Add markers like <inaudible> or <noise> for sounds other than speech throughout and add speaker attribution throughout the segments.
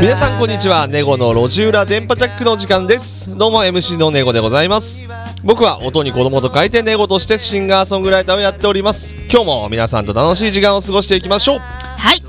Speaker 1: 皆さんこんにちはネゴの路地裏電波ジャックの時間ですどうも MC のネゴでございます僕は音に子供と書いてネゴとしてシンガーソングライターをやっております今日も皆さんと楽しい時間を過ごしていきましょう
Speaker 2: はい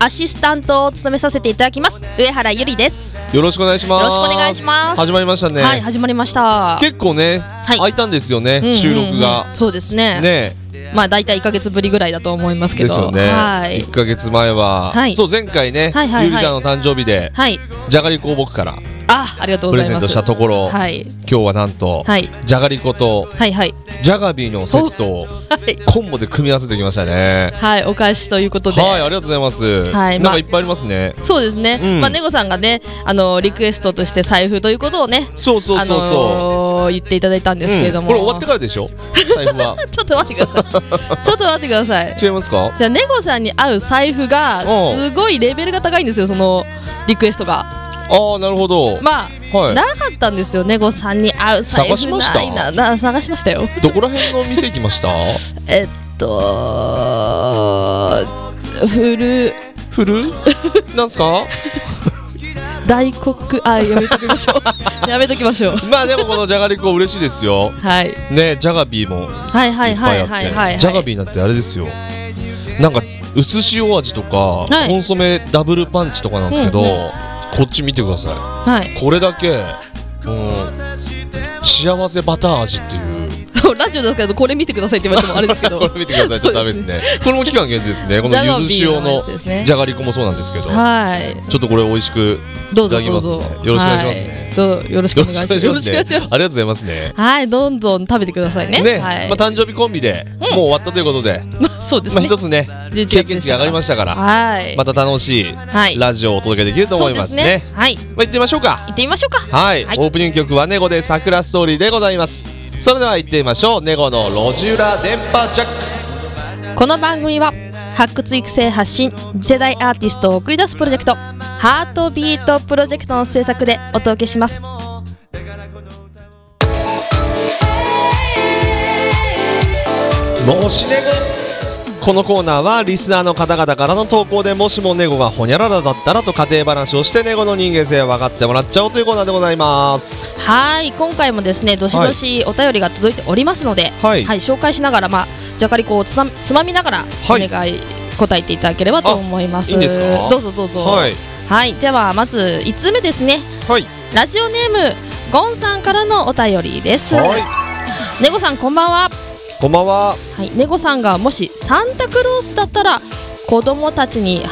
Speaker 2: アシスタントを務めさせていただきます上原ゆりです
Speaker 1: よろしくお願いします
Speaker 2: よろしくお願いします
Speaker 1: 始まりましたね、
Speaker 2: はい始まりました
Speaker 1: 結構ね、
Speaker 2: い
Speaker 1: 空いたんですよね、
Speaker 2: うんうんうん
Speaker 1: 収録が
Speaker 2: そうですね
Speaker 1: ね
Speaker 2: まあ大体1ヶ月ぶりぐらいだと思いますけ
Speaker 1: で
Speaker 2: ど
Speaker 1: すよね
Speaker 2: はい
Speaker 1: 1ヶ月前は、
Speaker 2: はい
Speaker 1: そう前回ね、
Speaker 2: はいはいはい
Speaker 1: ゆりちゃんの誕生日で
Speaker 2: はい
Speaker 1: じゃがりこを僕から
Speaker 2: あありがとう
Speaker 1: プ
Speaker 2: ござ
Speaker 1: レ
Speaker 2: い
Speaker 1: ゼン
Speaker 2: ます
Speaker 1: トしたところ、
Speaker 2: はい
Speaker 1: 今日はなんと、
Speaker 2: はい
Speaker 1: じゃがりこと
Speaker 2: はいはい
Speaker 1: ジャガビーのセットを
Speaker 2: はい
Speaker 1: コンボで組み合わせてきましたね。
Speaker 2: はいお返しということで
Speaker 1: はい、ありがとうございます。
Speaker 2: はい
Speaker 1: なん
Speaker 2: ま
Speaker 1: か
Speaker 2: あ
Speaker 1: いっぱいありますね。
Speaker 2: そうですね、
Speaker 1: うん
Speaker 2: まあネゴさんがねあのリクエストとして財布ということをね
Speaker 1: そうそうそうそ
Speaker 2: あのー言っていただいた
Speaker 1: う。
Speaker 2: んですけれども、
Speaker 1: うんこれ終わってからでしょ財布は。
Speaker 2: <laughs> ちょっと待ってくださいちょっと待ってください
Speaker 1: 違いますか
Speaker 2: じゃあネゴさんに合う財布が
Speaker 1: おう
Speaker 2: すごいレベルが高いんですよそのリクエストが
Speaker 1: ああ、なるほど。
Speaker 2: まあ、
Speaker 1: は
Speaker 2: なかったんですよネゴさんに合う財
Speaker 1: 探
Speaker 2: 布
Speaker 1: しました
Speaker 2: ないなな探しましたよ
Speaker 1: い。どこら辺の店行きました
Speaker 2: えっと古
Speaker 1: フルなんすか
Speaker 2: 大黒あやめときまし <laughs> ょうやめときましょう
Speaker 1: まあでもこのじゃがりこ嬉しいですよ。
Speaker 2: はい
Speaker 1: ね、ジャガビーもいっ
Speaker 2: はいは
Speaker 1: ぱ
Speaker 2: い
Speaker 1: い
Speaker 2: はい
Speaker 1: あ
Speaker 2: はいはいは
Speaker 1: っ
Speaker 2: い
Speaker 1: て。ジャガビーなんてあれですよ。なんか、薄塩味とか、
Speaker 2: はい
Speaker 1: コンソメダブルパンチとかなんですけど、
Speaker 2: うんうん
Speaker 1: こっち見てください。
Speaker 2: はい <laughs>
Speaker 1: これだけ、うん、幸せバター味っていう。
Speaker 2: そうラジオですけどこれ見てくださいって言われてもあれですけど
Speaker 1: これ見てください、ちょっとダメですね。これも期間限定ですね。こ
Speaker 2: ジャ
Speaker 1: の
Speaker 2: ガ
Speaker 1: ゆず
Speaker 2: ビー
Speaker 1: 塩の
Speaker 2: やつですね
Speaker 1: じゃがりこもそうなんですけど、ちょ
Speaker 2: <laughs> はい
Speaker 1: っとこれ美味しく
Speaker 2: どう
Speaker 1: いた
Speaker 2: ぞ
Speaker 1: だき
Speaker 2: ど
Speaker 1: ま
Speaker 2: う
Speaker 1: すね
Speaker 2: ぞ
Speaker 1: よろしくお願いしますね
Speaker 2: はいどうよろしくお願いします
Speaker 1: よろしくお願いし
Speaker 2: よ
Speaker 1: ますね。ありがとうございますね。
Speaker 2: はい、どんどん食べてくださいね。
Speaker 1: ね、
Speaker 2: はい、
Speaker 1: まあ誕生日コンビでもう終わったということで、
Speaker 2: まあそうです
Speaker 1: まあ
Speaker 2: ね。
Speaker 1: 一つね、
Speaker 2: 11
Speaker 1: 経験値が上がりま
Speaker 2: し
Speaker 1: したから、
Speaker 2: はい。
Speaker 1: また楽し
Speaker 2: はい
Speaker 1: いラジオをお届けできると思いますね。
Speaker 2: そうですはい、
Speaker 1: まあ行ってみましょうか。
Speaker 2: 行ってみましょうか。
Speaker 1: はい、
Speaker 2: はい
Speaker 1: オープニング曲はネゴで桜ストーリーでございますそれでは行ってみましょうネゴの路地裏電波ジャック
Speaker 2: この番組は発掘育成発信次世代アーティストを送り出すプロジェクトハートビートプロジェクトの制作でお届けします。
Speaker 1: もしネゴこのコーナーはリスナーの方々からの投稿でもしもネゴがホニャララだったらと家庭話をしてネゴの人間性を分かってもらっちゃおうというコーナーでございます
Speaker 2: はい、今回もですね、どしどしお便りが届いておりますので、
Speaker 1: はい
Speaker 2: 紹介しながらまあじゃかりこをつまつまみながらお
Speaker 1: は
Speaker 2: 願
Speaker 1: い
Speaker 2: い、答えていただければと思います。
Speaker 1: あいいんですか
Speaker 2: どうぞどうぞ。
Speaker 1: はい
Speaker 2: はい、ではまず5つ目ですね。
Speaker 1: はい
Speaker 2: ラジオネームゴンさんからのお便りです。
Speaker 1: は
Speaker 2: ネゴさんこんばんは。
Speaker 1: いこんばんは
Speaker 2: はい、ネゴさんがもしサンタクロースだったら子供たちに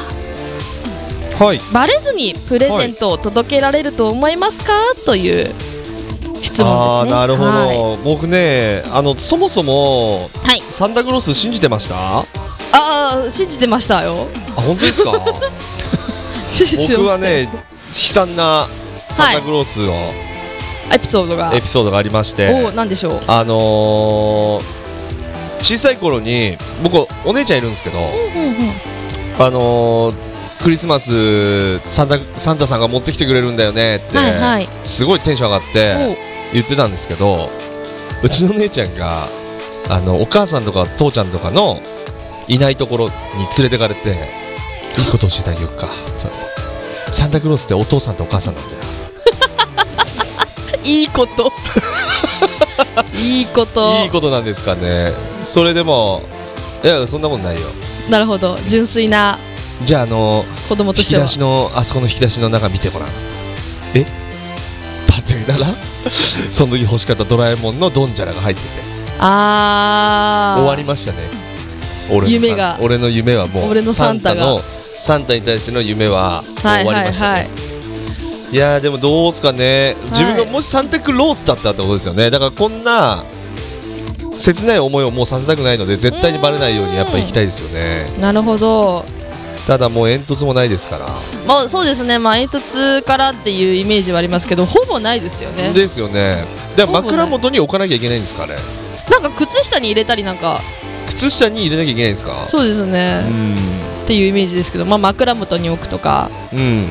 Speaker 1: はい
Speaker 2: バレずにプレゼントを届けられると思いますか、という質問ですね。
Speaker 1: あーなるほど、
Speaker 2: はい。
Speaker 1: 僕ねあのそもそも
Speaker 2: はい、
Speaker 1: サンタクロース信じてましたあ
Speaker 2: ああ信じてましたよ。
Speaker 1: 本当です
Speaker 2: <laughs>
Speaker 1: か
Speaker 2: 信じてましたよ
Speaker 1: 僕はね悲惨なサンタクロースの、
Speaker 2: エピソードが
Speaker 1: エ。ピソードがありまし
Speaker 2: お
Speaker 1: て
Speaker 2: お、なんでしょう。
Speaker 1: あのー小さい頃に僕お姉ちゃんいるんですけど、あのークリスマスサンタサンタさんが持ってきてくれるんだよねって、
Speaker 2: はいはい。
Speaker 1: すごいテンション上がっ
Speaker 2: お
Speaker 1: て言ってたんですけどうちの姉ちゃんがあのお母さんとか父ちゃんとかのいないところに連れてかれていいことを教えてあげようかとサンタクロースってお父さんとお母さんなんだよ
Speaker 2: い
Speaker 1: <laughs>
Speaker 2: いこと。いいこと。
Speaker 1: いいことなんですかねそれでもいやそんなことないよ
Speaker 2: なるほど、純粋な
Speaker 1: じゃああの
Speaker 2: 子供と
Speaker 1: 引
Speaker 2: し
Speaker 1: き
Speaker 2: ては
Speaker 1: 出。しのあそこの引き出しの中見てごらんえパッて見た
Speaker 2: <laughs>
Speaker 1: らその時欲しかったドラえもんのドンジャラが入ってて
Speaker 2: ああ。
Speaker 1: 終わりましたね俺のサン
Speaker 2: 夢が
Speaker 1: 俺の夢はもう
Speaker 2: 俺のサンタが
Speaker 1: のサンタに対しての夢はもう
Speaker 2: は
Speaker 1: 終
Speaker 2: い
Speaker 1: わ
Speaker 2: は
Speaker 1: り
Speaker 2: い
Speaker 1: ましたね、
Speaker 2: はいい。
Speaker 1: やーでもどうすかね自分が
Speaker 2: はい
Speaker 1: もしサンタクロースだったらってことですよねだからこんな切ない思いをもうさせたくないので絶対にバレないようにやっぱ行きたいですよね
Speaker 2: なるほど。
Speaker 1: ただもう煙突もないですから
Speaker 2: まあそうですね、まあ煙突からっていうイメージはありますけど、ほぼないですよね。
Speaker 1: ですよねで
Speaker 2: ほぼない
Speaker 1: 枕元に置かなきゃいけないんですかね
Speaker 2: なんか靴下に入れたりなんか、
Speaker 1: 靴下に入れなきゃいけないんですか
Speaker 2: そうです
Speaker 1: うん
Speaker 2: ね、っていうイメージですけど、まあ枕元に置くとか、
Speaker 1: うん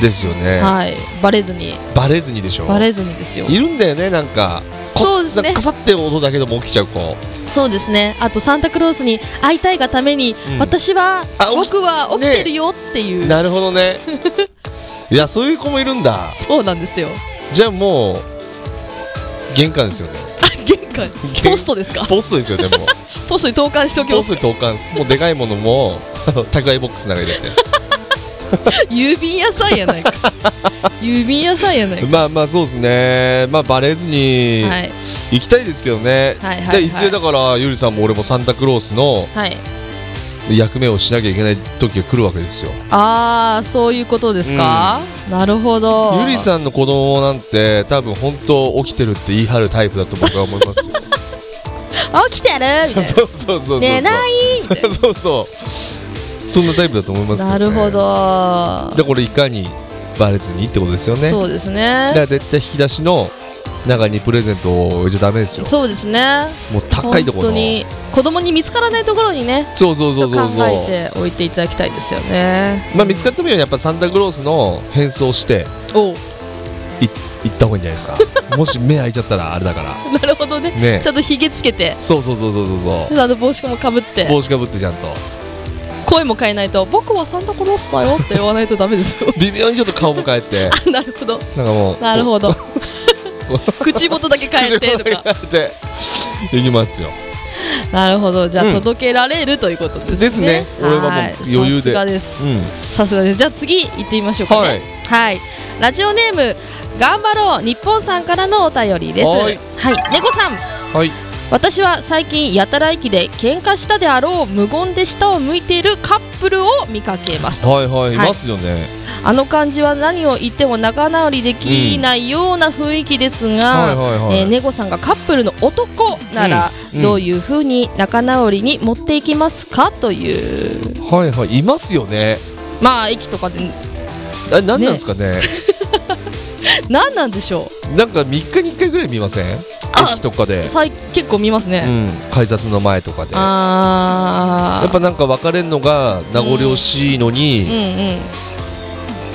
Speaker 1: ですよね、
Speaker 2: はい、バレずに、
Speaker 1: バレずにでしょ
Speaker 2: バレずにですよ。
Speaker 1: いるんだよねなんかこ
Speaker 2: そうですね
Speaker 1: なんかカサって音だけでも起きちゃう子
Speaker 2: そうですね。あとサンタクロースに会いたいがために、
Speaker 1: うん
Speaker 2: 私は
Speaker 1: あ
Speaker 2: <laughs> 僕は起きてるよっていう、
Speaker 1: なるほどねいやそういう子もいるんだ
Speaker 2: そうなんですよ
Speaker 1: じゃあもう玄関ですよね
Speaker 2: あ玄関
Speaker 1: 玄
Speaker 2: ポストですか
Speaker 1: ポストです
Speaker 2: <laughs>
Speaker 1: よねもう
Speaker 2: ポストに投函しておき
Speaker 1: ポ
Speaker 2: ま
Speaker 1: ス
Speaker 2: す
Speaker 1: トに投函すもうでかいものも <laughs> あの宅配ボックスの中に入れ
Speaker 2: 郵便屋さんやな
Speaker 1: <laughs>
Speaker 2: いか郵便屋さんやない
Speaker 1: て
Speaker 2: か
Speaker 1: まあまあそうですねまあバレずに
Speaker 2: はい
Speaker 1: 行きたいですけどね、
Speaker 2: はいはいはい
Speaker 1: でいずれだからゆりさんも俺もサンタクロースの
Speaker 2: はい
Speaker 1: 役目をしなきゃいけない時が来るわけですよ
Speaker 2: ああそういうことですか、なるほど
Speaker 1: ゆりさんの子供なんて多分本当起きてるって言い張るタイプだと僕は思い
Speaker 2: <laughs>
Speaker 1: ますよ
Speaker 2: 起きてるみたい
Speaker 1: <laughs>
Speaker 2: な
Speaker 1: そうそうそうそう
Speaker 2: 寝ないみたい
Speaker 1: そうそうそんなタイプだと思いますけ
Speaker 2: な
Speaker 1: ど、
Speaker 2: な
Speaker 1: ね、
Speaker 2: るほど、
Speaker 1: でこれいかにバレずにってことですよね
Speaker 2: そうです
Speaker 1: だか
Speaker 2: ね
Speaker 1: ら絶対引き出しの中にプレゼントを置いちゃダメですよ
Speaker 2: そうですね
Speaker 1: もう高いところ
Speaker 2: 本当
Speaker 1: の
Speaker 2: に子供に見つからないところにね
Speaker 1: そうそう
Speaker 2: ち
Speaker 1: そ
Speaker 2: ょ
Speaker 1: う
Speaker 2: っと
Speaker 1: そう
Speaker 2: 考
Speaker 1: そう
Speaker 2: えておいていただきたいですよね
Speaker 1: まあ見つかってもいいようにやっぱサンタクロースの変装して
Speaker 2: おう
Speaker 1: 行った方がいいんじゃないですかもし目開いちゃったらあれだから
Speaker 2: なるほどね
Speaker 1: ね
Speaker 2: ちゃんとひげつけて
Speaker 1: そうそうそうそうそうそ
Speaker 2: あの帽子もかぶ
Speaker 1: う
Speaker 2: って
Speaker 1: 帽子かぶってちゃんと
Speaker 2: 声も変えないと僕はサンタクロースだよって言わないとダメです
Speaker 1: <laughs>
Speaker 2: よ
Speaker 1: 微妙にちょっと顔も変えて
Speaker 2: あなるほど
Speaker 1: なんかもう
Speaker 2: なるほど
Speaker 1: <laughs>
Speaker 2: <laughs> 口元だけ変えてとか
Speaker 1: 変えていきますよ
Speaker 2: なるほどじゃあ
Speaker 1: うん
Speaker 2: 届けられるということですね
Speaker 1: ですね俺はもう
Speaker 2: い
Speaker 1: 余裕で
Speaker 2: さすがです
Speaker 1: うん
Speaker 2: さすがですじゃあ次行ってみましょうかねはい、ラジオネーム頑張ろう日本さんからのお便りです
Speaker 1: は
Speaker 2: はいい猫さん
Speaker 1: はい
Speaker 2: 私は最近やたら駅で喧嘩したであろう無言で下を向いているカップルを見かけます
Speaker 1: はいはいい
Speaker 2: はい
Speaker 1: ますよね
Speaker 2: あの感じは何を言っても仲直りできないような雰囲気です
Speaker 1: は
Speaker 2: が、
Speaker 1: いはいはい
Speaker 2: えー、ネゴさんがカップルの男なら
Speaker 1: うん
Speaker 2: どういうふうに仲直りに持っていきますかという、
Speaker 1: はいはいいますよね
Speaker 2: まあ駅とかで
Speaker 1: あ何なんですかね
Speaker 2: 何なんでしょ
Speaker 1: なんか3日に1回ぐらい見ません
Speaker 2: あ
Speaker 1: 駅とか
Speaker 2: う
Speaker 1: で、
Speaker 2: 最結構見ます
Speaker 1: う
Speaker 2: ね、
Speaker 1: ん、改札の前とかでや
Speaker 2: ああ
Speaker 1: っぱなんか別れるのが名残惜しいの
Speaker 2: う
Speaker 1: に、
Speaker 2: んうん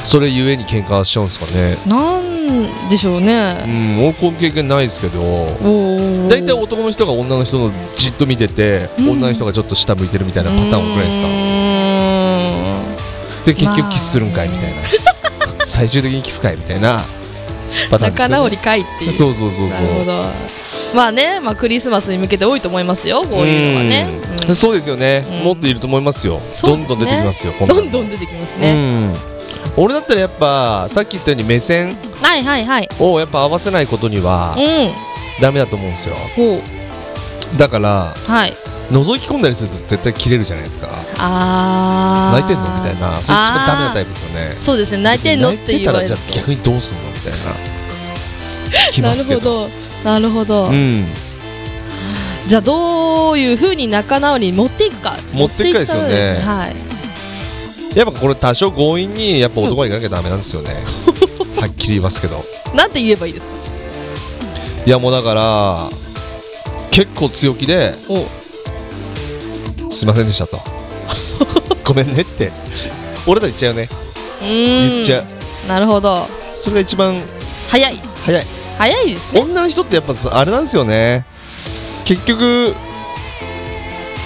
Speaker 1: それゆえに喧嘩しちゃうんですかね
Speaker 2: なんでしょう
Speaker 1: う
Speaker 2: ね、
Speaker 1: ん俺この経験ないですけど
Speaker 2: おー
Speaker 1: 大体男の人が女の人のじっと見てて、
Speaker 2: うん
Speaker 1: 女の人がちょっと下向いてるみたいなパターン多くないですか
Speaker 2: うーん
Speaker 1: で結局キスするんかいみたいな、最終的にキスかいみたいなパターンです
Speaker 2: 仲
Speaker 1: よね
Speaker 2: 直りかいっていう
Speaker 1: そうそうそうそう
Speaker 2: なるほどまあね、まあ、クリスマスに向けて多いと思いますよこういうのはね、
Speaker 1: うんそうですよね、
Speaker 2: うん
Speaker 1: もっといると思いますよ
Speaker 2: そうで
Speaker 1: どん
Speaker 2: すね
Speaker 1: どん出てきますよ
Speaker 2: う
Speaker 1: こ
Speaker 2: ん、
Speaker 1: な
Speaker 2: ど
Speaker 1: の
Speaker 2: んどん出てきますね、
Speaker 1: うん、俺だったらやっぱさっき言ったように目線
Speaker 2: はいはいはい
Speaker 1: をやっぱ合わせないことには
Speaker 2: うん
Speaker 1: ダメだと思うんですよ
Speaker 2: ほう
Speaker 1: だから
Speaker 2: はい
Speaker 1: 覗き込んだりすると絶対切れるじゃないですか
Speaker 2: あー
Speaker 1: 泣いてんのみたいなそっちがダメなタイプですよね
Speaker 2: そうですね泣いてんのって言われ
Speaker 1: 別
Speaker 2: る
Speaker 1: に泣いてたらじゃあ逆にどうすんのみたいな聞き
Speaker 2: な
Speaker 1: ま
Speaker 2: る
Speaker 1: すけ
Speaker 2: ほ
Speaker 1: ど
Speaker 2: どなるほど、
Speaker 1: うん
Speaker 2: じゃあどういうふうに仲直りに持っていくか
Speaker 1: 持っていくかですよね
Speaker 2: はい
Speaker 1: やっぱこれ多少強引にやっぱ男は行かなきゃダメなんですよ
Speaker 2: <laughs>
Speaker 1: ねはっきり言いますけど
Speaker 2: なんて言えばいいですか
Speaker 1: いやもうだから結構強気で
Speaker 2: お
Speaker 1: すいませんでした
Speaker 2: <laughs>
Speaker 1: とごめんねって俺ら言っちゃうね言
Speaker 2: 言
Speaker 1: っちゃう
Speaker 2: なるほど
Speaker 1: それが一番
Speaker 2: 早い
Speaker 1: 早い
Speaker 2: 早いですね
Speaker 1: 女の人ってやっぱさあれなんですよね結局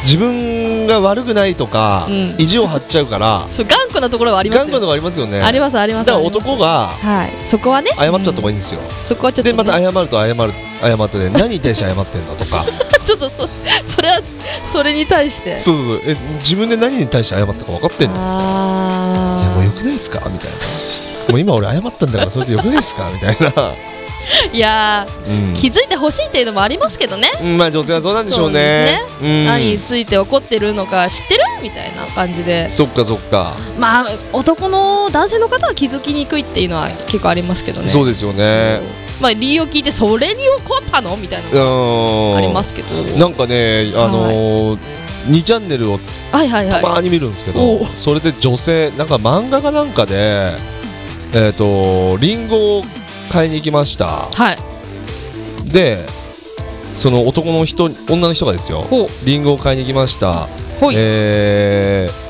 Speaker 1: 自分が悪くないとか、
Speaker 2: うん
Speaker 1: 意地を張っちゃうから
Speaker 2: そう頑固なところはありますよ
Speaker 1: 頑固なのがありますよね
Speaker 2: ありますありま
Speaker 1: だ
Speaker 2: す
Speaker 1: から男が
Speaker 2: はいそこはね
Speaker 1: 謝っちゃった方が
Speaker 2: い
Speaker 1: いいんですよ、
Speaker 2: そこはちょっと
Speaker 1: で
Speaker 2: ね
Speaker 1: また謝ると謝る謝ってね何に対して謝ってんだとか
Speaker 2: <laughs> ちょっとそそれはそれに対して
Speaker 1: そうそうそうえ自分で何に対して謝ったか分かってんのいや
Speaker 2: あ
Speaker 1: もう
Speaker 2: あ
Speaker 1: よくないですかみたいな <laughs> もう今俺謝ったんだからそれでよくないですかみたいな、
Speaker 2: いや
Speaker 1: うん
Speaker 2: ー気づいてほしいっていうのもありますけどね
Speaker 1: うんまあ女性はそうなんでしょうねうん
Speaker 2: 何について怒ってるのか知ってるみたいな感じで
Speaker 1: そっかそっか、
Speaker 2: まあ男の男性の方は気づきにくいっていうのは結構ありますけどね
Speaker 1: そうですよね
Speaker 2: そうまあ理由を聞いてそれに怒ったのみたいな
Speaker 1: う
Speaker 2: の
Speaker 1: ん
Speaker 2: ありますけど
Speaker 1: なんかねあのー2チャンネルを
Speaker 2: はいはいは
Speaker 1: た
Speaker 2: い
Speaker 1: まに見るんですけど、
Speaker 2: おう
Speaker 1: それで女性なんか漫画かなんかでえっ、とリンゴを買いに行きました
Speaker 2: はい
Speaker 1: でその男の人女の人がですよ
Speaker 2: ほう
Speaker 1: リンゴを買いに行きました
Speaker 2: ほい、
Speaker 1: えー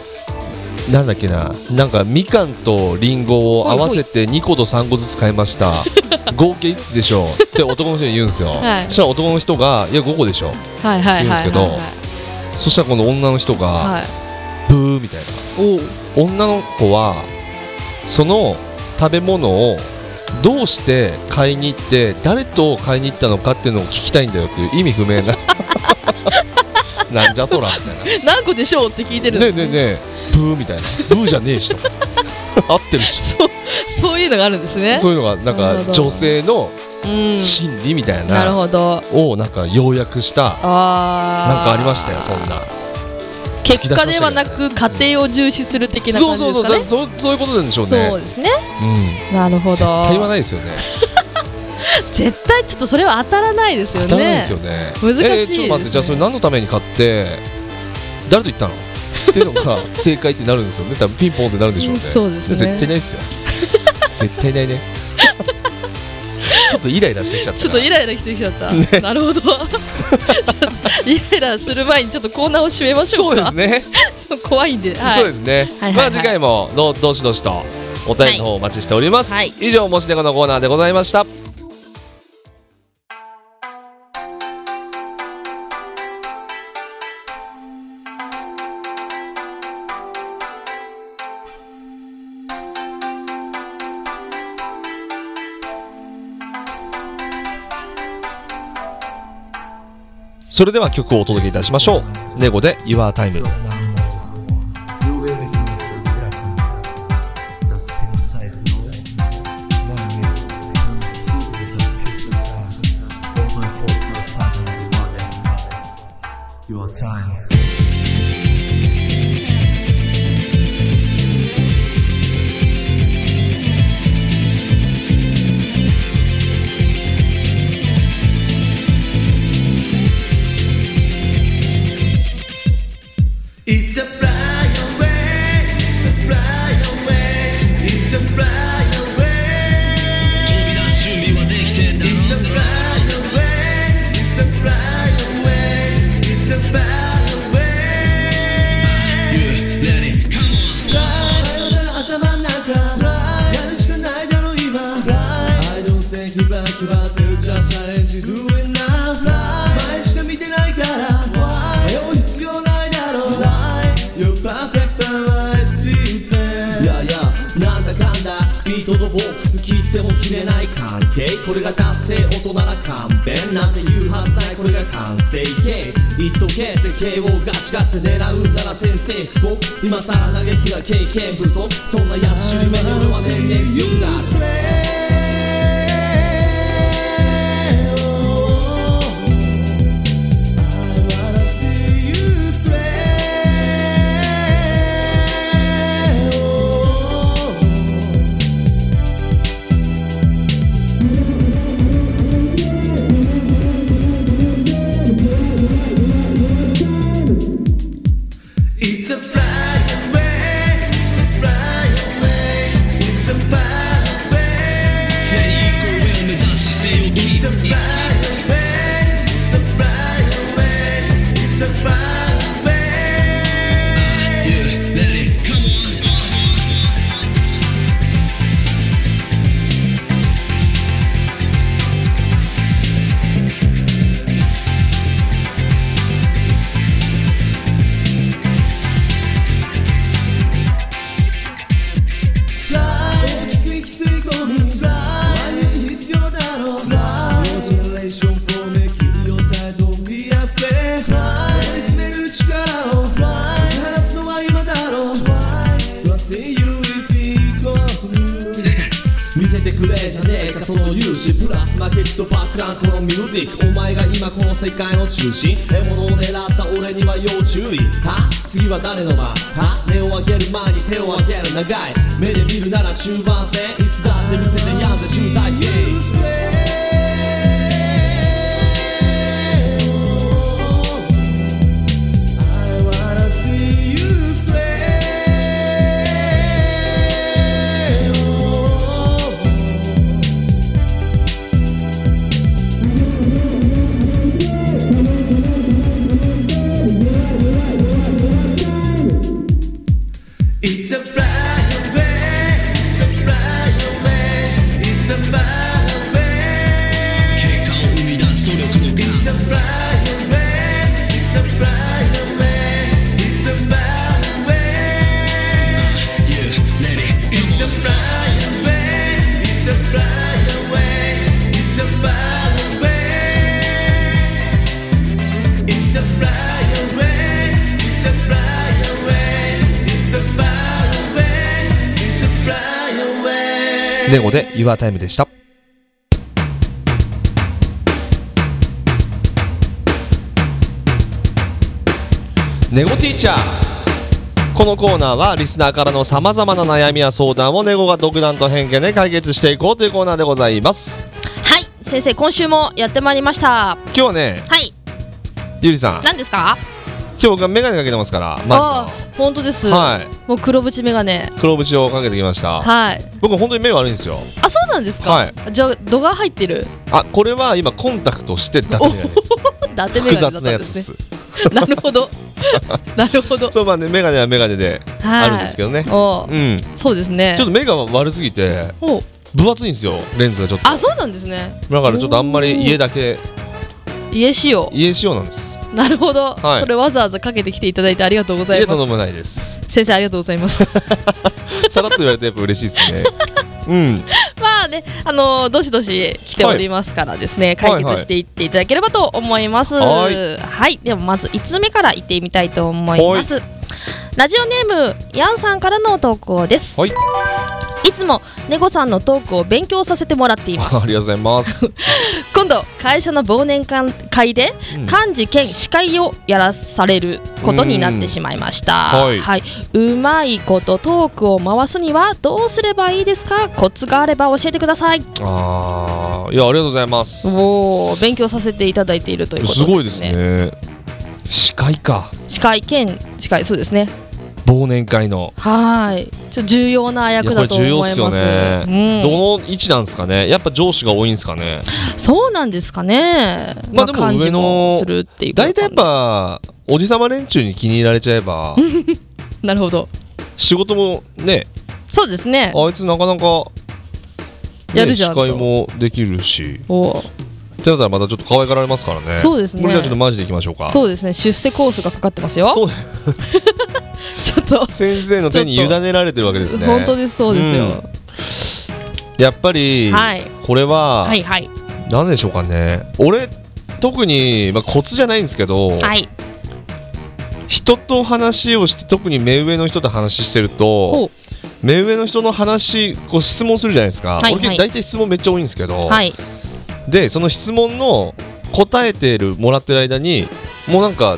Speaker 1: なんだっけななんかみかんとりんごを合わせて2個と3個ずつ買いました
Speaker 2: <laughs>
Speaker 1: 合計いくつでしょうって男の人に言うんですよ、
Speaker 2: はい
Speaker 1: そしたら男の人が「いや5個でしょ
Speaker 2: はいは
Speaker 1: 言うん
Speaker 2: い
Speaker 1: で
Speaker 2: は
Speaker 1: す
Speaker 2: い
Speaker 1: けどそしたらこの女の人が「
Speaker 2: はいはい
Speaker 1: ブー」みたいな
Speaker 2: おう
Speaker 1: 女の子はその食べ物をどうして買いに行って誰と買いに行ったのかっていうのを聞きたいんだよっていう意味不明
Speaker 2: <laughs>
Speaker 1: ななんじゃそらみたいな
Speaker 2: 何個でしょうって聞いてる
Speaker 1: ねえねえねえブーみたいなブーじゃねえしと <laughs> か合ってるし
Speaker 2: そうそういうのがあるんですね
Speaker 1: そういうのがなん
Speaker 2: なるほ
Speaker 1: か
Speaker 2: ど
Speaker 1: 女性の
Speaker 2: うん
Speaker 1: 心理みたい
Speaker 2: なる
Speaker 1: な
Speaker 2: ほど
Speaker 1: をなんか要約した
Speaker 2: あー
Speaker 1: なんかありましたよそんな
Speaker 2: 結果ではなく家庭を重視する的な
Speaker 1: そ
Speaker 2: 感
Speaker 1: う
Speaker 2: じ
Speaker 1: そ
Speaker 2: で
Speaker 1: う
Speaker 2: す
Speaker 1: そう
Speaker 2: か
Speaker 1: そう
Speaker 2: ね
Speaker 1: そうそういうことなんでしょう
Speaker 2: そう
Speaker 1: ね
Speaker 2: ですね
Speaker 1: うん
Speaker 2: なるほど
Speaker 1: 絶対言わないですよね
Speaker 2: 絶対ちょっとそれは当たらないですよね
Speaker 1: 当たらないですよね
Speaker 2: 難しい
Speaker 1: えーちょっと待って
Speaker 2: ですね
Speaker 1: じゃあそれ何のために買って誰と行ったのっていうの
Speaker 2: <laughs>
Speaker 1: が正解ってなるんですよね多分ピンポンってなるんでしょうね
Speaker 2: うんそうですね
Speaker 1: 絶対ないですよ絶対
Speaker 2: <laughs>
Speaker 1: ないねちょっとイライラしてきちゃったな
Speaker 2: ちょっとイライラしてきちゃった、なるほどちょっとイライラする前にちょっとコーナーを締めましょ
Speaker 1: そううで
Speaker 2: か
Speaker 1: すね、
Speaker 2: そう怖いんで、はい、
Speaker 1: そうですね、
Speaker 2: はいはい
Speaker 1: まあ次回もどどしどしとお便りの方お待ちしております、
Speaker 2: はい
Speaker 1: 以上もし猫のコーナーでございましたそれでは曲をお届けいたしましょう猫で YourTime
Speaker 3: Your time. 前しか見てないから迷う必要ないだろう You're perfect but it's creeping いやいやなんだかんだビートとボックス切っても切れない関係これが達成音なら勘弁なんて言うはずないこれが完成形言っとけって KO ガチガチで狙うなら先生不幸今さら嘆くが経験不足そんなやつ知り目にるのは年々強くなる wanna see you sway. Oh. 見せてくれじゃねえかその勇姿プラス負けじとバックランこのミュージックお前が今この世界の中心獲物を狙った俺には要注意は次は誰の番は目を上げる前に手を上げる長い目で見るなら中盤戦いつだって見せてやんぜ集大成 I wanna see you sway. Oh.
Speaker 4: 「いつもファイアウェイ」「いつもファイアウェイ」
Speaker 1: ネゴで Your Time でしたネゴティーチャーこのコーナーはリスナーからのさまざまな悩みや相談をネゴが独断と偏見で解決していこうというコーナーでございます
Speaker 2: はい先生今週もやってまいりましたは
Speaker 1: 今日はね
Speaker 2: い
Speaker 1: ゆりさん
Speaker 2: 何ですか
Speaker 1: 今日がメガネかけてますから
Speaker 2: あ
Speaker 1: マ
Speaker 2: ー本当です、
Speaker 1: ジのはい
Speaker 2: もう黒縁眼鏡
Speaker 1: 黒縁をかけてきました
Speaker 2: はい
Speaker 1: 僕本当に目悪いんですよ
Speaker 2: あそうなんですか、
Speaker 1: はい
Speaker 2: じゃあ度が入ってる
Speaker 1: あこれは今コンタクトしてだけじゃないです
Speaker 2: 伊達眼
Speaker 1: 複
Speaker 2: 鏡だった
Speaker 1: 雑
Speaker 2: ん
Speaker 1: なや
Speaker 2: で
Speaker 1: つ
Speaker 2: す
Speaker 1: で
Speaker 2: ね
Speaker 1: す
Speaker 2: <laughs> なるほどなるほ
Speaker 1: <laughs>
Speaker 2: ど
Speaker 1: そうまあねメガネはメガネで
Speaker 2: はい
Speaker 1: あるんですけどね
Speaker 2: おう
Speaker 1: うん
Speaker 2: そうですね
Speaker 1: ちょっと目が悪すぎて
Speaker 2: おう
Speaker 1: 分厚いんですよレンズがちょっと
Speaker 2: あそうなんですね
Speaker 1: だからちょっとあんまり家だけ
Speaker 2: 家仕様
Speaker 1: 家仕様なんです
Speaker 2: なるほど、
Speaker 1: はい
Speaker 2: それわざわざかけてきていただいてありがとうござい
Speaker 1: 家
Speaker 2: ま
Speaker 1: 頼
Speaker 2: す
Speaker 1: まないです <laughs>
Speaker 2: 先生ありがとうございます
Speaker 1: さらっと言われてやっぱ嬉しいですねうん
Speaker 2: まあねあのーどしどし来ておりますからですね、
Speaker 1: はい
Speaker 2: 解決していっていただければと思います
Speaker 1: は
Speaker 2: はいい、ではまず5つ目からいってみたいと思いますラジオネームヤンさんからの投稿です
Speaker 1: はい
Speaker 2: いつもネゴさんのトークを勉強させてもらってい
Speaker 1: あ
Speaker 2: ま
Speaker 1: り <laughs> が
Speaker 2: す
Speaker 1: とうござい
Speaker 2: <laughs>
Speaker 1: ます
Speaker 2: 今度会社の忘年会で
Speaker 1: うん
Speaker 2: 幹事兼司会をやらされることになってしまいました、
Speaker 1: うんはい
Speaker 2: いうまいことトークを回すにはどうすればいいですかコツがあれば教えてください
Speaker 1: あーいやありがとうございます
Speaker 2: おお勉強させていただいているということですすね
Speaker 1: ごいですね司会か
Speaker 2: 司会兼司会そうですね
Speaker 1: 忘年会の
Speaker 2: はいちょ重要ない
Speaker 1: や
Speaker 2: 役
Speaker 1: こ
Speaker 2: だ
Speaker 1: れ
Speaker 2: と思
Speaker 1: 重
Speaker 2: い
Speaker 1: 要
Speaker 2: ま
Speaker 1: っ
Speaker 2: す
Speaker 1: すよね、
Speaker 2: うん
Speaker 1: どの位置なんですかねやっぱ上司が多いんですかね
Speaker 2: そうなんですかね
Speaker 1: まあでも
Speaker 2: 感じ
Speaker 1: 上の
Speaker 2: するっていうこと
Speaker 1: 大体やっぱおじさま連中に気に入られちゃえば
Speaker 2: なるほど
Speaker 1: 仕事もね
Speaker 2: そうですね
Speaker 1: あいつなかなか、ね、
Speaker 2: やるじゃんと
Speaker 1: 司会もできるし
Speaker 2: おー
Speaker 1: ってなったらまたちょっと可愛がられますからね
Speaker 2: そうですね
Speaker 1: これじゃあちょっとマジでいきましょうか
Speaker 2: そうですね出世コースがかかってますよ
Speaker 1: そう
Speaker 2: <laughs> ちょっと
Speaker 1: 先生の手に委ねられてるわけですね
Speaker 2: 本当ですそうですよ、
Speaker 1: やっぱり、
Speaker 2: はい
Speaker 1: これは
Speaker 2: はいはい
Speaker 1: 何でしょうかね俺特に、まあ、コツじゃないんですけど、
Speaker 2: はい
Speaker 1: 人と話をして特に目上の人と話してる
Speaker 2: ほ
Speaker 1: と
Speaker 2: う
Speaker 1: 目上の人の話こう質問するじゃないですか、
Speaker 2: はい
Speaker 1: 俺
Speaker 2: はい
Speaker 1: 大体質問めっちゃ多いんですけど、
Speaker 2: はい
Speaker 1: でその質問の答えてるもらってる間にもうなんか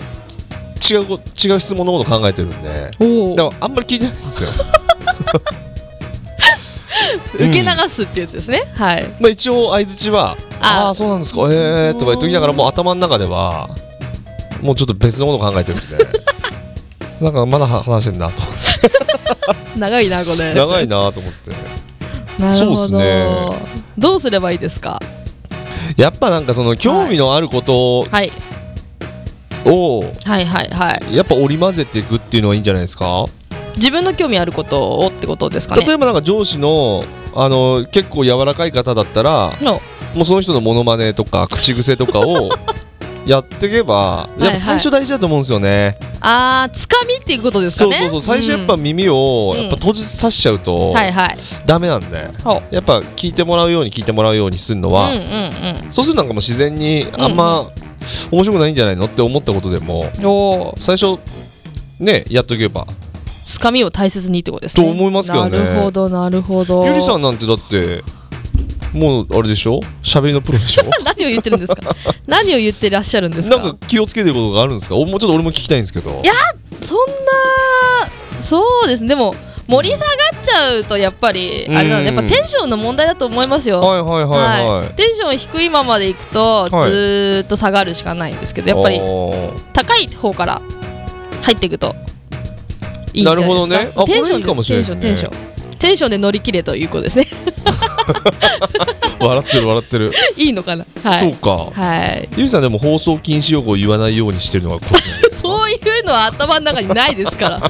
Speaker 1: 違うこ違う質問のこと考えてるんで
Speaker 2: お
Speaker 1: で
Speaker 2: ー
Speaker 1: もあんまり聞いてないん <laughs> ですよ
Speaker 2: 受け流すってやつですね、はい
Speaker 1: まあ一応相槌は「
Speaker 2: あ
Speaker 1: ああーそうなんですかええー」とか言っときながらもう頭の中ではもうちょっと別のこと考えてるんで <laughs> なんかまだ話してん <laughs> なと思って
Speaker 2: 長いなこれ
Speaker 1: 長いなと思って
Speaker 2: なるほど
Speaker 1: そうっすね
Speaker 2: どうすればいいですか
Speaker 1: やっぱなんかその興味のあること
Speaker 2: はい
Speaker 1: を
Speaker 2: はいはいはい
Speaker 1: やっぱ織り交ぜていくっていうのはいいんじゃないですか
Speaker 2: 自分の興味あることをってことですかね
Speaker 1: 例えばなんか上司のあの結構柔らかい方だったら
Speaker 2: の
Speaker 1: もうその人のモノマネとか口癖とか
Speaker 2: <laughs>
Speaker 1: をやっていけば
Speaker 2: いは
Speaker 1: や
Speaker 2: い
Speaker 1: っぱ最初大事だと思うんですよね。
Speaker 2: あーつかみっていうことですか
Speaker 1: そう
Speaker 2: ね
Speaker 1: そうそう最初やっ
Speaker 2: う
Speaker 1: ぱ
Speaker 2: ん
Speaker 1: 耳を
Speaker 2: うん
Speaker 1: やっぱ閉じさせちゃうと
Speaker 2: はいはい
Speaker 1: ダメなんで
Speaker 2: ほう
Speaker 1: やっぱ聞いてもらうように聞いてもらうようにするの
Speaker 2: うんう
Speaker 1: は
Speaker 2: ん
Speaker 1: そうするとなんかもう自然にあんま面白くないんじゃないのって思ったことでも
Speaker 2: うんおー
Speaker 1: 最初ねやっとけば
Speaker 2: つかみを大切にってことですね
Speaker 1: と思いますけどね
Speaker 2: なるほどなるほど
Speaker 1: ゆりさんなんてだってもうあれでしょ喋りのプロでしょ
Speaker 2: <laughs> 何を言ってるんですか何を言ってらっしゃるん <laughs> ですか
Speaker 1: なんか気をつけてることがあるんですかおもうちょっと俺も聞きたいんですけど
Speaker 2: やそんなそうですねでも盛り下がっちゃうとやっぱり
Speaker 1: うん
Speaker 2: あれなのでやっぱテンションの問題だと思いますよ、
Speaker 1: はいはいはいはい、
Speaker 2: はいテンション低いままでいくとず
Speaker 1: はい
Speaker 2: ーっと下がるしかないんですけどやっぱり高い方から入っていくといいんじゃないです
Speaker 1: なるほ
Speaker 2: か
Speaker 1: どねあ
Speaker 2: テンショ
Speaker 1: これい
Speaker 2: ン
Speaker 1: いかもしれないですね
Speaker 2: テンションテンションテンションで乗り切れということですね <laughs>
Speaker 1: あー笑ってる笑ってる、
Speaker 2: いいの
Speaker 1: <laughs>
Speaker 2: かなはい
Speaker 1: そうか
Speaker 2: はい <laughs>
Speaker 1: ゆりさんでも放送禁止用語を言わないようにしてるのがこっちなんです
Speaker 2: そういうのは頭の中にないです
Speaker 1: <laughs>
Speaker 2: から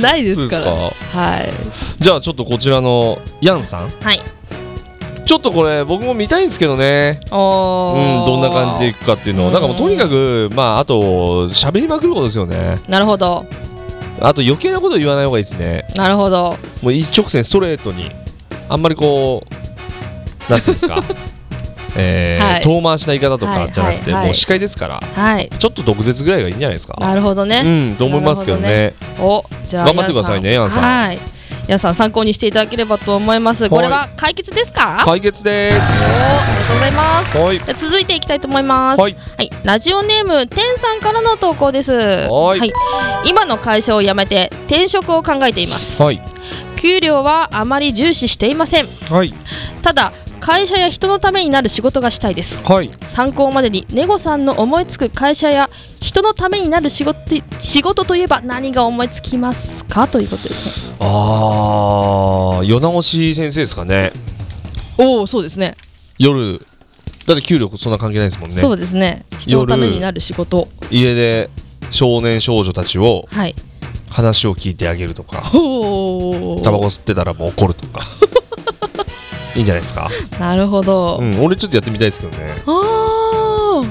Speaker 2: ないですから
Speaker 1: そうで
Speaker 2: はい
Speaker 1: じゃあちょっとこちらのヤンさん
Speaker 2: はい
Speaker 1: ちょっとこれ僕も見たいんですけどねう
Speaker 2: おー
Speaker 1: んどんな感じでいくかっていうのを
Speaker 2: うん
Speaker 1: なんかもうとにかくまああと喋りまくることですよね
Speaker 2: なるほど
Speaker 1: あと余計なこと言わない方がいいですね
Speaker 2: なるほど
Speaker 1: もう一直線ストレートにあんまりこうなんていうんです
Speaker 2: <laughs>
Speaker 1: かえー
Speaker 2: はい
Speaker 1: 遠回しな言い方とかじゃなく
Speaker 2: は
Speaker 1: て、
Speaker 2: いはいはい
Speaker 1: もう司会ですから
Speaker 2: はい
Speaker 1: ちょっと毒舌ぐらいがいいんじゃないですか
Speaker 2: なるほどね、
Speaker 1: うんと思いますけどね
Speaker 2: おじゃあ
Speaker 1: 頑張ってくださいね
Speaker 2: ヤン
Speaker 1: ヤンさ
Speaker 2: はい皆さん参考にしていただければと思います。これは解決ですか？
Speaker 1: 解決です
Speaker 2: おーありがとうございます。
Speaker 1: はい
Speaker 2: じゃあ続いていきたいと思います。
Speaker 1: はい
Speaker 2: はい、ラジオネームてんさんからの投稿です。
Speaker 1: はい
Speaker 2: 今の会社を辞めて転職を考えています。
Speaker 1: はい
Speaker 2: 給料はあまり重視していません。
Speaker 1: はい
Speaker 2: ただ会社や人のためになる仕事がしたいです。
Speaker 1: はい
Speaker 2: 参考までにネゴさんの思いつく会社や人のためになる仕事仕事といえば何が思いつきますかということですね。
Speaker 1: ああ世直し先生ですかね
Speaker 2: おおそうですね
Speaker 1: 夜だって給料そんな関係ないですもんね
Speaker 2: そうですね。人のためになる仕事。
Speaker 1: 家で少年少女たちを
Speaker 2: はい。
Speaker 1: 話を聞いてあげるとか
Speaker 2: おお。
Speaker 1: タバコ吸ってたらもう怒るとか <laughs> いいんじゃないですか
Speaker 2: なるほど。
Speaker 1: うん俺ちょっとやってみたいですけどね
Speaker 2: あ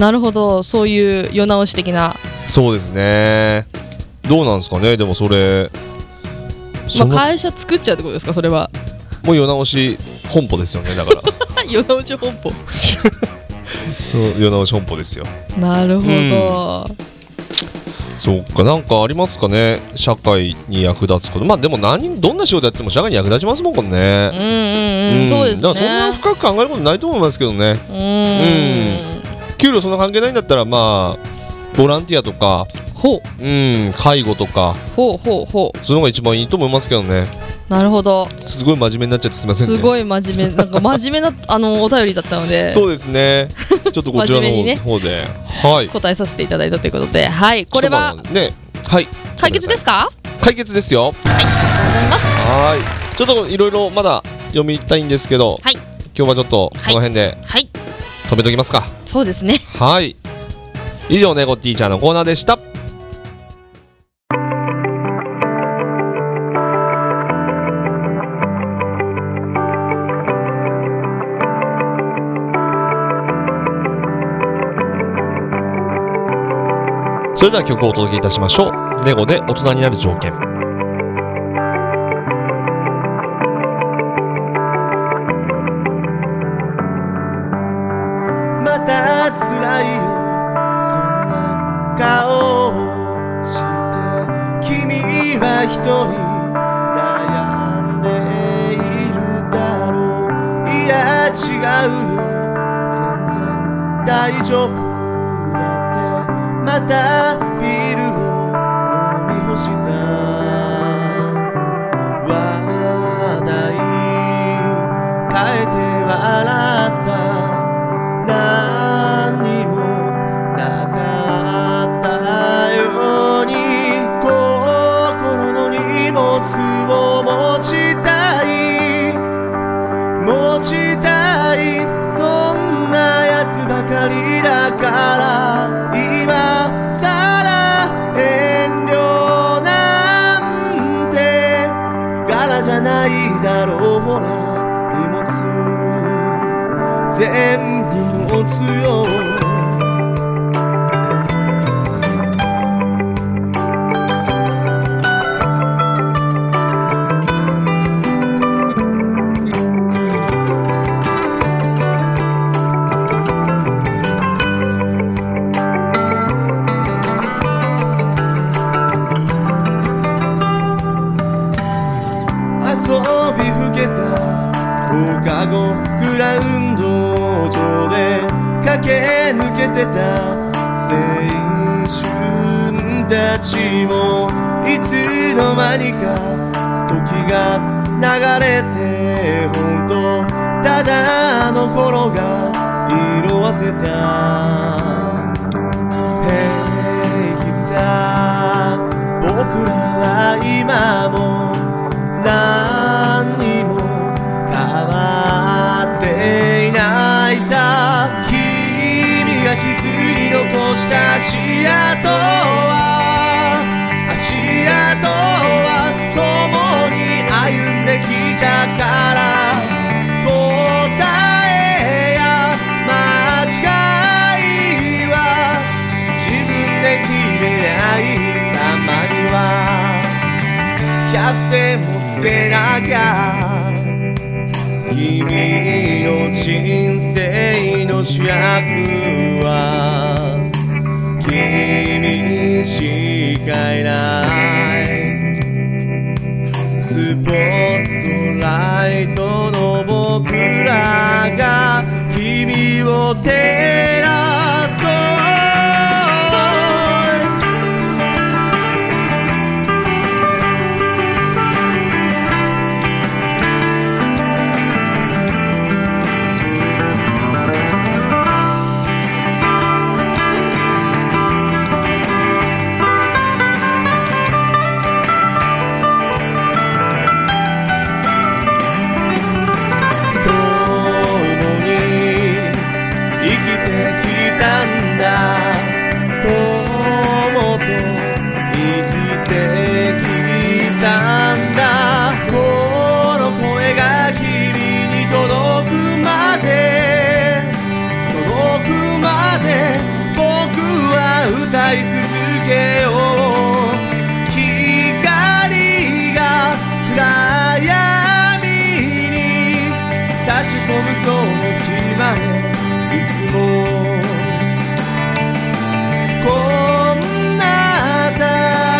Speaker 2: あ。なるほど。そういう世直し的な。
Speaker 1: そうですねどうなんですかねでもそれそ
Speaker 2: まあ、
Speaker 1: の
Speaker 2: 会社作っちゃうってことですか、それは。 <laughs>
Speaker 1: もう世直し本舗ですよねだ <laughs> から
Speaker 2: 世直し本舗。
Speaker 1: うん世直し本舗ですよ
Speaker 2: なるほど。
Speaker 1: そうかなんかありますかね社会に役立つことまあでも何どんな仕事やっても社会に役立ちますもんこれ
Speaker 2: う
Speaker 1: ね
Speaker 2: んうんうん。そうです
Speaker 1: だからそんな
Speaker 2: ね。
Speaker 1: 深く考えることないと思いますけどね
Speaker 2: う。
Speaker 1: うん給料そんな関係ないんだったらまあボランティアとか
Speaker 2: ほう
Speaker 1: うん介護とか
Speaker 2: ほうほうほう。
Speaker 1: その方が一番いいと思いますけどね
Speaker 2: なるほど。
Speaker 1: すごい真面目になっちゃってすみませんね
Speaker 2: すごい真
Speaker 1: <laughs>
Speaker 2: 面目、なんか真面目なあのお便りだったので。
Speaker 1: そうですねちょっとこちら
Speaker 2: <laughs> 真面目にね
Speaker 1: の方で、はい
Speaker 2: 答えさせていただいたということで、はい、これ
Speaker 1: ちょ
Speaker 2: は
Speaker 1: っとまあねはい
Speaker 2: 解決ですか？
Speaker 1: 解決ですよはいちょっといろいろまだ読みたいんですけど、
Speaker 2: はい
Speaker 1: 今日はちょっとこの辺で
Speaker 2: はい、
Speaker 1: 止めときますか
Speaker 2: そうですね。
Speaker 1: はい以上ねこティーチャーのコーナーでしたそれでは曲をお届けいたしましょうネゴで大人になる条件
Speaker 5: また辛いよそんな顔をして君は一人悩んでいるだろういや違うよ全然大丈夫だってまたビールを飲み干した話題変えて笑った何にもなかったように心の荷物を持ちたい持ちたいそんなやつばかりだから今さら遠慮なんて柄じゃないだろうほら荷物全部持つよ遊びふけた放課後グラウンド上で駆け抜けてた青春たちもいつの間にか時が流れて本当ただあの頃が色あせた平気さ僕らは今も何にも変わっていないさ君が地図に残した足跡は足跡は共に歩んできたから答えや間違いは自分で決めないたまにはキャプテンをつけなきゃ君の人生の主役は君しかいないを照らそう共に生きてきたんだ友と生きてきたんだこの声が君に届くまで届くまで僕は歌い続けよう光が暗闇に差し込むその日までいつもこんな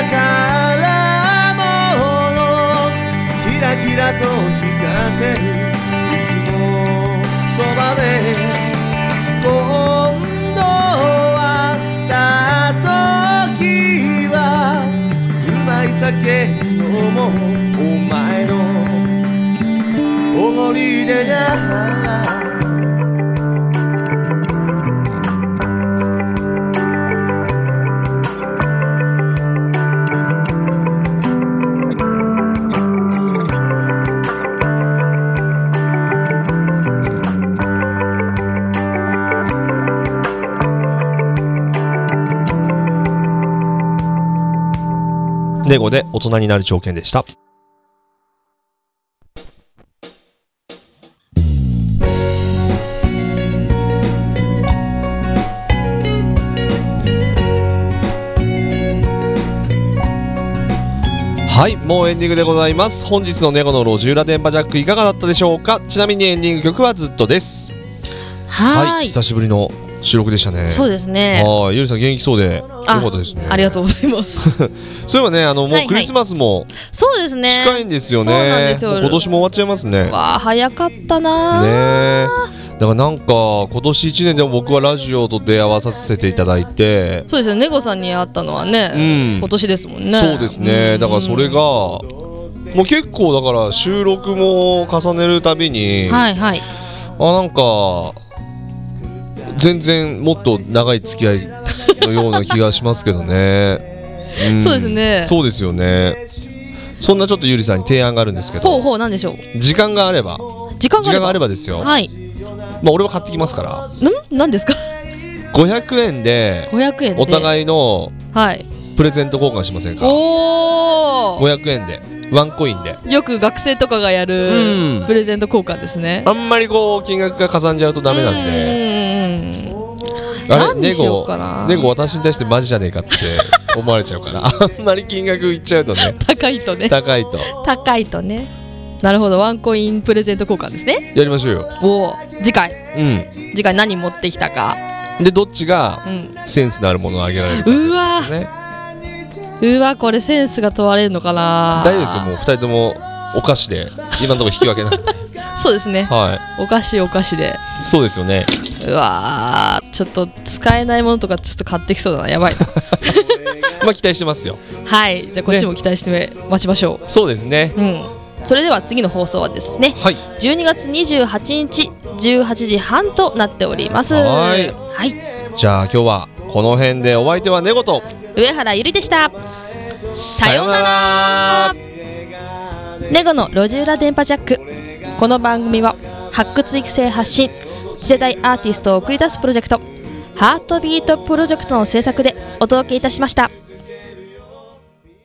Speaker 5: 宝物キラキラと光ってるいつもそばで今度はた時はうまい酒飲もうお前のおごりでや
Speaker 1: ネゴで大人になる条件でした。はい、もうエンディングでございます。本日のネゴの路地裏電波ジャックいかがだったでしょうかちなみにエンディング曲はずっとです。
Speaker 2: はーい。
Speaker 1: 久しぶりの収録でしたね。
Speaker 2: そうですね。
Speaker 1: はい、ゆりさん元気そうで、よ
Speaker 2: あ
Speaker 1: かったですね。
Speaker 2: ありがとうござ
Speaker 1: <laughs>
Speaker 2: います。
Speaker 1: そういえばね、あの、
Speaker 2: はい
Speaker 1: も
Speaker 2: は
Speaker 1: う
Speaker 2: い
Speaker 1: クリスマスも
Speaker 2: そうですね。
Speaker 1: 近いんですよね。
Speaker 2: そうなんですよ
Speaker 1: もう今年も終わっちゃいますね。ね
Speaker 2: わあ早かったなー。
Speaker 1: えだからなんか、今年一年でも僕はラジオと出会わさせていただいて、
Speaker 2: そうですよね。ネゴさんに会ったのはね、
Speaker 1: うん
Speaker 2: 今年ですもんね。
Speaker 1: そうですね。だからそれが、もう結構だから収録も重ねるたびに、
Speaker 2: はいはい。
Speaker 1: あ、なんか、全然もっと長い付き合いのような気がしますけど
Speaker 2: <laughs>
Speaker 1: ね。ん
Speaker 2: そうですね
Speaker 1: そうですよね。そんなちょっとゆりさんに提案があるんですけど。
Speaker 2: ほうほうなんでしょう。
Speaker 1: 時間があれば
Speaker 2: 時間
Speaker 1: 時
Speaker 2: があ
Speaker 1: 間
Speaker 2: れ
Speaker 1: が
Speaker 2: ば。
Speaker 1: あればですよ、
Speaker 2: はい。
Speaker 1: まあ、俺は買ってきますから
Speaker 2: んなんですか。
Speaker 1: 500円で
Speaker 2: 500円
Speaker 1: <laughs>
Speaker 2: で。
Speaker 1: お互いの
Speaker 2: はい。
Speaker 1: プレゼント交換しませんか
Speaker 2: おお。
Speaker 1: 500円でワンコインで
Speaker 2: よく学生とかがや
Speaker 1: う
Speaker 2: る
Speaker 1: ん
Speaker 2: プレゼント交換ですね。
Speaker 1: あんまりこう金額がかさんじゃうとダメなんで
Speaker 2: で。
Speaker 1: あれ
Speaker 2: 何に
Speaker 1: ネ
Speaker 2: しよう
Speaker 1: ゴ
Speaker 2: かな
Speaker 1: ネゴ私に対してマジじゃねえかって <laughs> 思われちゃうからあんまり金額いっちゃうとね
Speaker 2: 高いとね。
Speaker 1: 高いと
Speaker 2: 高いとね。なるほど、ワンコインプレゼント交換ですね。
Speaker 1: やりましょうよ
Speaker 2: おー次回、
Speaker 1: う
Speaker 2: 次回何持ってきたか。
Speaker 1: んでどっちが
Speaker 2: うん。
Speaker 1: センスのあるものをあげられるか
Speaker 2: うわ
Speaker 1: ですね
Speaker 2: うわ、これセンスが問われるのかな
Speaker 1: 大丈夫ですよもう二人ともお菓子で今のところ引き分けなんで
Speaker 2: そうですね。
Speaker 1: は
Speaker 2: お菓子お菓子で。
Speaker 1: いそうですよね
Speaker 2: うわー、ちょっと使えないものとかちょっと買ってきそうだな。やば
Speaker 1: <laughs>
Speaker 2: いな。
Speaker 1: まあ期待してますよ
Speaker 2: はい。じゃあこっちも期待して待ちましょ
Speaker 1: そうですね。
Speaker 2: う。うん。それでは次の放送はですね、
Speaker 1: はい。
Speaker 2: 12月28日18時半となっております。
Speaker 1: はーい
Speaker 2: はい。
Speaker 1: じゃあ今日はこの辺でお相手はネゴと。
Speaker 2: 上原ゆりでした。
Speaker 1: さ
Speaker 2: ような
Speaker 1: ら。
Speaker 2: ネゴの路地裏電波ジャックこの番組は発掘育成発信次世代アーティストを送り出すプロジェクトハートビートプロジェクトの制作でお届けいたしました。